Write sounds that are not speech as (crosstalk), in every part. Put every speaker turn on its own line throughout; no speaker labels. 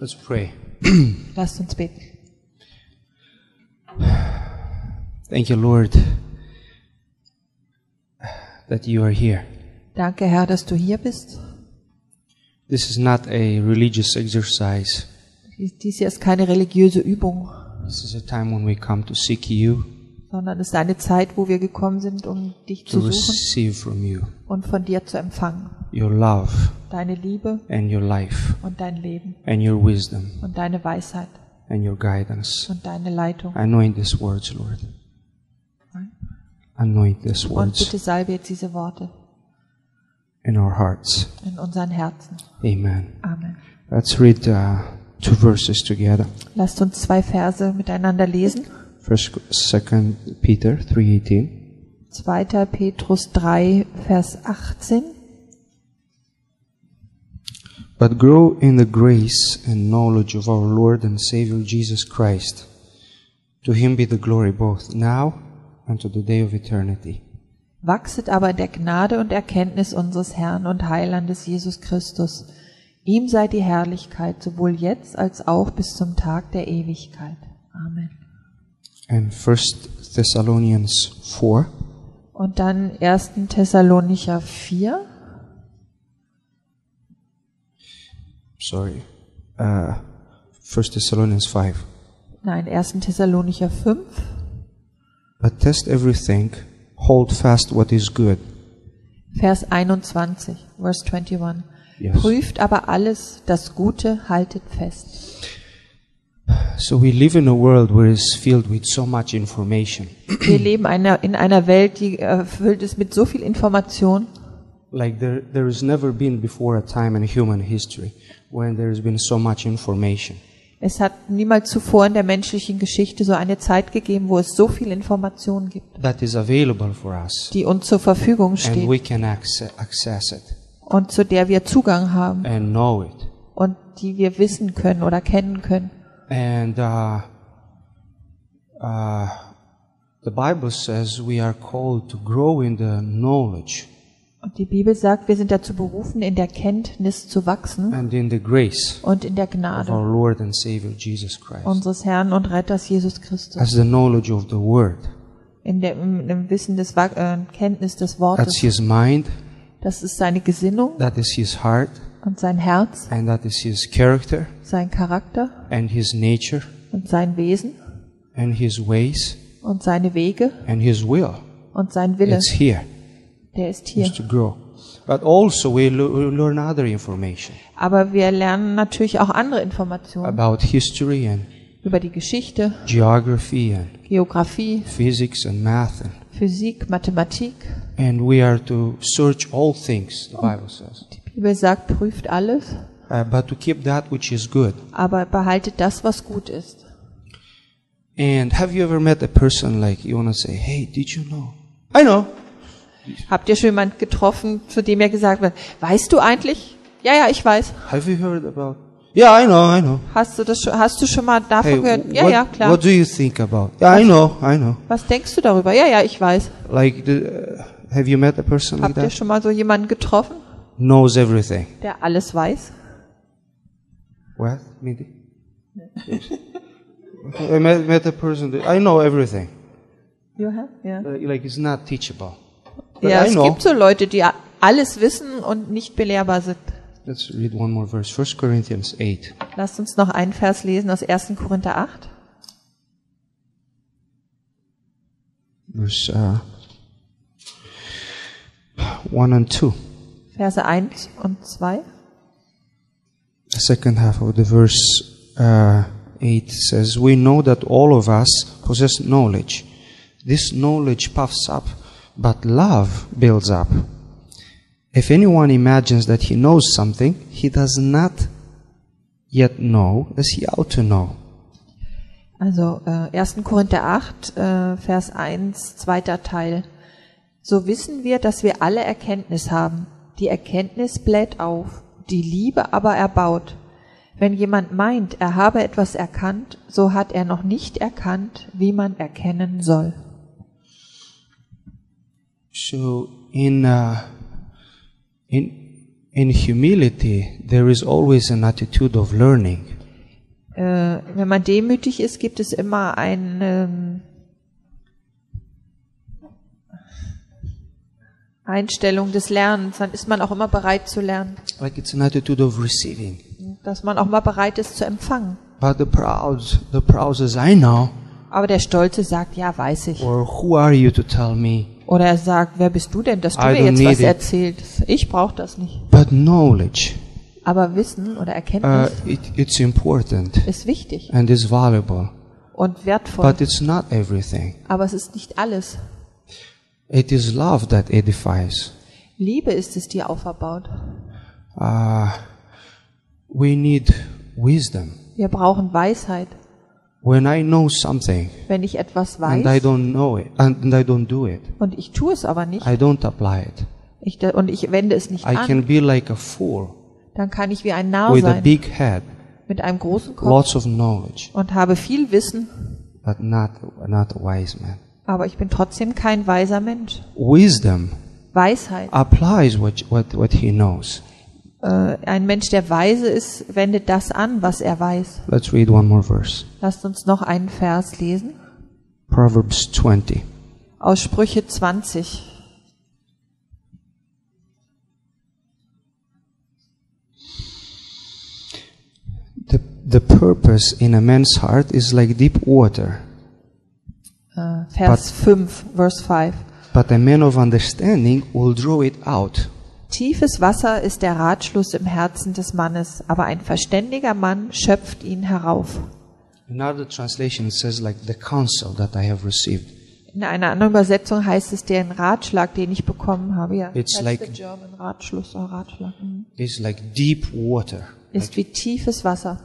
Let's pray.
Lasst uns beten.
Thank you, Lord, that you are here.
Danke, Herr, dass du hier bist.
This is not a religious exercise.
Dies hier ist keine religiöse Übung,
This is a time when we come to seek you,
sondern es ist eine Zeit, wo wir gekommen sind, um dich
to
zu suchen
receive from you
und von dir zu empfangen.
your love
Deine Liebe
and your life
und dein Leben
and your wisdom
und deine Weisheit
and your guidance.
und deine Leitung.
Anoint these words, Lord. Anoint these
Und
words
bitte salbe jetzt diese Worte
in our hearts.
in unseren Herzen.
Amen.
Amen.
Let's read uh, two verses together.
Lasst uns zwei Verse miteinander lesen.
First, Second Peter three eighteen.
2. Petrus 3, Vers 18.
But grow in the grace and knowledge of our Lord and Savior Jesus Christ. To him be the glory both now and to the day of eternity.
Wachset aber in der Gnade und Erkenntnis unseres Herrn und Heilandes Jesus Christus. Ihm sei die Herrlichkeit sowohl jetzt als auch bis zum Tag der Ewigkeit. Amen.
And First Thessalonians four
Und dann 1. Thessalonicher 4,
sorry, uh, First Thessalonians five.
nein, 1. Thessalonicher 5.
But test everything, hold fast what is good.
Vers 21, Verse 21.
Yes.
Prüft aber alles, das Gute haltet fest.
So we live in a world where it's filled with so much information,
Wir leben einer, in einer Welt, die erfüllt ist mit so viel Information.
like there there has never been before a time in human history when there has been so much information.
Es hat niemals zuvor in der menschlichen Geschichte so eine Zeit gegeben, wo es so viel Information gibt,
that is available for us
die uns zur Verfügung
and
steht
we can acce- access it
und zu der wir Zugang haben
and know it
und die wir wissen können oder kennen können.
and uh, uh, the bible says we are called to grow in the knowledge
Und die Bibel sagt, wir sind dazu berufen, in der Kenntnis zu wachsen
and in the grace
und in der
of
Gnade
our lord and savior jesus christ
unseres Herrn und Retters Jesus Christus,
that's the knowledge of the word
in der, im, im Wissen des Wa- äh, Kenntnis des
that's
Wortes.
his mind
Das ist seine Gesinnung
that is his heart
und sein Herz,
and that is his character
sein Charakter
and his nature
und sein Wesen
and his ways
und seine Wege
and his will
und sein Wille.
it's here
Der ist hier.
is to grow. But also we l- learn other information
Aber wir lernen natürlich auch andere Informationen
about history and
über die Geschichte,
geography and
Geografie,
physics and math. And,
Physik, Mathematik.
and we are to search all things, the Bible says.
Die Bibel sagt, prüft alles,
Uh, but to keep that which is good.
aber behaltet das, was gut ist.
And have you ever met a person like you want to say, hey, did you know? I know.
Habt ihr schon jemand getroffen, zu dem ihr gesagt wird, weißt du eigentlich? Ja, ja, ich weiß.
Have you heard about? Yeah, I know, I know.
Hast du das schon, hast du schon mal davon
Hey,
gehört? Ja,
what,
ja, klar.
what do you think about? Yeah, I know, I know.
Was denkst du darüber? Ja, ja, ich weiß.
Like, the, uh, have you met a person like
Habt ihr
that?
schon mal so jemanden getroffen,
Knows everything.
der alles weiß?
What? Mindy? I met, met (laughs) a person that I know everything.
Johann? Ja.
Uh, like it's not teachable. But
Ja,
I
es
know.
gibt so Leute, die alles wissen und nicht belehrbar sind.
Let's read one more verse. First Corinthians 8.
Lasst uns noch einen Vers lesen aus 1. Korinther 8,
Verse uh, 1 and 2.
Verse 1 und 2.
The second half of the verse uh, 8 says, We know that all of us possess knowledge. This knowledge puffs up, but love builds up. If anyone imagines that he knows something, he does not yet know as he ought to know.
Also äh, 1. Korinther 8, äh, Vers 1, zweiter Teil. So wissen wir, dass wir alle Erkenntnis haben. Die Erkenntnis bläht auf, die Liebe aber erbaut. Wenn jemand meint, er habe etwas erkannt, so hat er noch nicht erkannt, wie man erkennen soll.
So, in, uh, in, in humility, there is always an attitude of learning.
äh, wenn man demütig ist, gibt es immer ein, ähm, Einstellung des Lernens, dann ist man auch immer bereit zu lernen,
Like it's an attitude of receiving.
dass man auch mal bereit ist zu empfangen.
But the proud, the proud says, I know.
Aber der Stolze sagt, ja, weiß ich.
Or who are you to tell me?
Oder er sagt, wer bist du denn, dass du
I
mir
don't
jetzt
need
was
it.
erzählst? Ich brauche das nicht.
But knowledge,
Aber Wissen oder
uh,
Erkenntnis
it, it's important
ist wichtig
and is valuable.
und wertvoll,
Äh, But it's not everything.
aber es ist nicht alles.
It is love that edifies.
Liebe ist es, die auferbaut.
Uh, we need wisdom.
Wir brauchen Weisheit.
When I know something
Wenn ich etwas
and I
weiß
don't know it and, and I don't do it,
und ich tue es aber nicht
I don't apply it.
ich, da- und ich wende es nicht
I
an,
can be like a fool
dann kann ich wie ein Narr
with a
sein
big head,
mit einem großen Kopf
lots of knowledge,
und habe viel Wissen,
but not not a wise man.
aber ich bin trotzdem kein weiser Mensch.
Wisdom
Weisheit.
applies what what, what he knows.
Äh, ein Mensch, der weise ist, wendet das an, was er weiß.
Let's read one more verse.
Lasst uns noch einen Vers lesen
Proverbs 20.
aus Sprüche 20.
The, the purpose in a man's heart is like deep water,
Äh, Vers 5, Verse 5.
but a man of understanding will draw it out.
Tiefes Wasser ist der Ratschluss im Herzen des Mannes, aber ein verständiger Mann schöpft ihn herauf.
Another translation says like the counsel that I have received.
In einer anderen Übersetzung heißt es den Ratschlag, den ich bekommen habe. Ja,
It's
that's
like-
the German Ratschluss oder Ratschlag. Mhm.
It's like deep water.
Ist wie tiefes Wasser.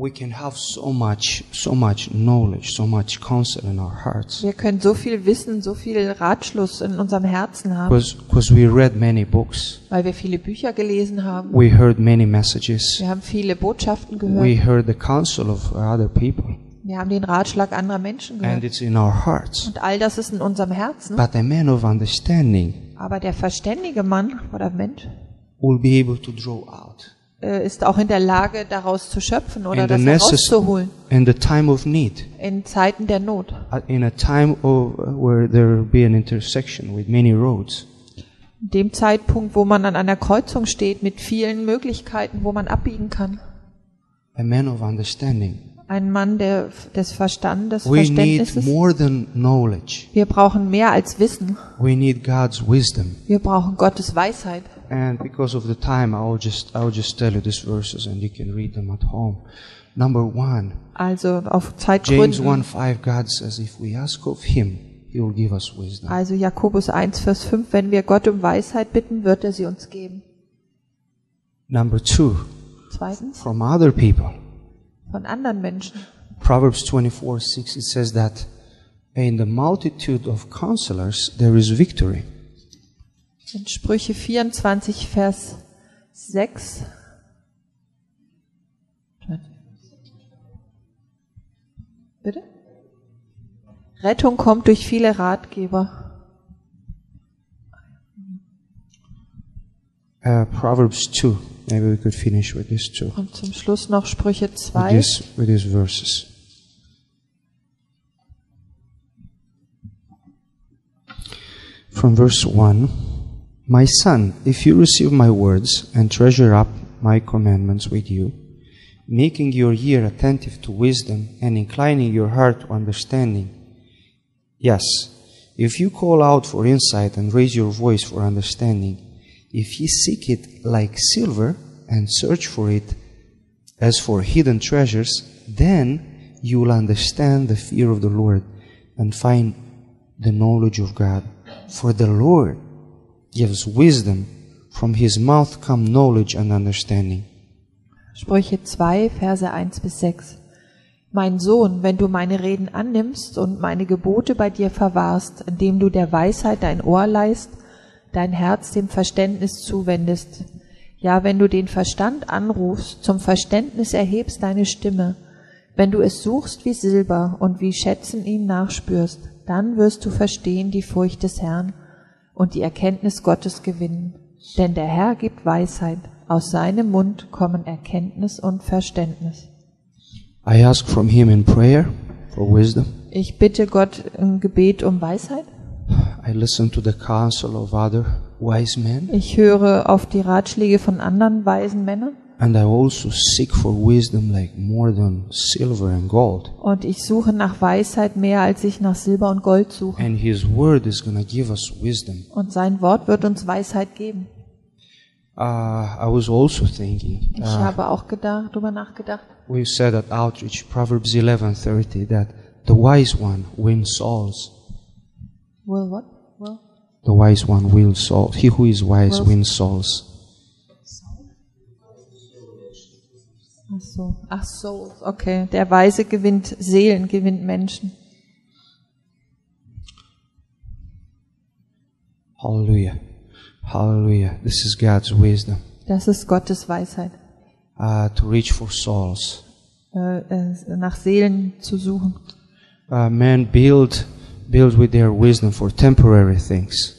We can have so much, so much knowledge, so much counsel in our hearts.
Wir können so viel Wissen, so viel Ratschluss in unserem Herzen haben,
Because we read many books,
weil wir viele Bücher gelesen haben.
we heard many messages,
Wir haben viele Botschaften
we
gehört.
heard the counsel of other people,
Wir haben den Ratschlag anderer Menschen
and
gehört.
it's in our hearts.
Und all das ist in unserem Herzen.
But a man of understanding
Aber der verständige Mann oder Mensch
will be able to draw out
äh, ist auch in der Lage, daraus zu schöpfen oder
in the
das
necess-
herauszuholen
in the time of need,
in Zeiten der Not.
uh, in a time of, uh, where there will be an intersection with many roads.
In dem Zeitpunkt, wo man an einer Kreuzung steht mit vielen Möglichkeiten, wo man abbiegen kann.
A man of understanding.
Ein Mann der, des Verstandes, des
We need
Verständnisses.
more than knowledge.
Wir brauchen mehr als Wissen.
We need God's wisdom.
Wir brauchen Gottes Weisheit.
And because of the time, I'll just I'll just tell you these verses, and you can read them at home. Number one,
Also auf
James
Zeitgründen.
one five. God says, if we ask of Him, He will give us wisdom.
Also Jakobus 1, Vers 5, wenn wir Gott um Weisheit bitten, wird er sie uns geben.
Number two,
Zweitens,
from other people,
von anderen Menschen.
Proverbs twenty four six. It says that in the multitude of counselors there is victory.
In Sprüche 24, Vers 6. Bitte? Rettung kommt durch viele Ratgeber.
Uh, Proverbs two. Maybe we could finish with these two,
Und zum Schluss noch Sprüche
with
2.
these, with these verses. from verse 1 My son, if you receive my words and treasure up my commandments with you, making your ear attentive to wisdom and inclining your heart to understanding, yes, if you call out for insight and raise your voice for understanding, if ye seek it like silver and search for it as for hidden treasures, then you will understand the fear of the Lord and find the knowledge of God. For the Lord gives wisdom, from his mouth come knowledge and understanding.
Sprüche 2, Verse 1 bis 6. Mein Sohn, wenn du meine Reden annimmst und meine Gebote bei dir verwahrst, indem du der Weisheit dein Ohr leist, dein Herz dem Verständnis zuwendest, ja, wenn du den Verstand anrufst, zum Verständnis erhebst deine Stimme, wenn du es suchst wie Silber und wie Schätzen ihm nachspürst, dann wirst du verstehen die Furcht des Herrn und die Erkenntnis Gottes gewinnen. Denn der Herr gibt Weisheit, aus seinem Mund kommen Erkenntnis und Verständnis.
I ask from Him in prayer for wisdom.
Ich bitte Gott im Gebet um Weisheit.
I listen to the counsel of other wise men,
Ich höre auf die Ratschläge von anderen weisen Männern.
and I also seek for wisdom like more than silver and gold.
Und ich suche nach Weisheit mehr, als ich nach Silber und Gold suche.
And His Word is going to give us wisdom.
Und sein Wort wird uns Weisheit geben.
Uh, I was also thinking.
Ich
Uh,
habe auch gedacht, darüber nachgedacht.
we said at outreach Proverbs 11:30 that the wise one wins souls.
Will what? Will?
The wise one wins souls. He who is wise wins souls.
Ach so. Ach so. Okay. Der Weise gewinnt Seelen, gewinnt Menschen.
Hallelujah. Hallelujah. This is God's wisdom
Das ist Gottes Weisheit.
uh, to reach for souls.
Äh, äh, nach Seelen zu suchen.
Uh, men build build with their wisdom for temporary things.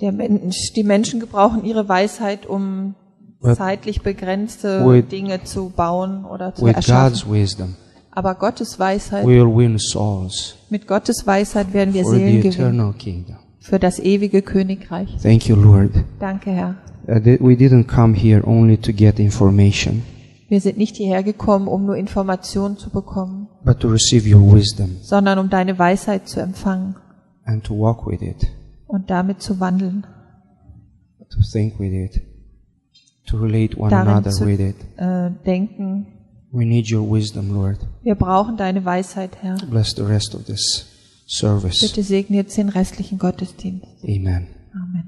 Der Mensch, die Menschen gebrauchen ihre Weisheit, um
With-
zeitlich begrenzte
with-
Dinge zu bauen oder zu
With
erschaffen.
God's wisdom,
Aber Gottes Weisheit,
we will win souls
mit Gottes Weisheit werden wir
for
Seelen
the
gewinnen
eternal kingdom.
für das ewige Königreich.
Thank you, Lord.
Danke, Herr.
Uh, th- we didn't come here only to get information,
Wir sind nicht hierher gekommen, um nur Informationen zu bekommen,
but to receive your wisdom
sondern um deine Weisheit zu empfangen
and to walk with it,
und damit zu wandeln,
to think with it, to relate one
darin
another
zu
with it.
äh, denken.
We need your wisdom, Lord.
Wir brauchen deine Weisheit, Herr.
Bless the rest of this service.
Bitte segne jetzt den restlichen Gottesdienst.
Amen.
Amen.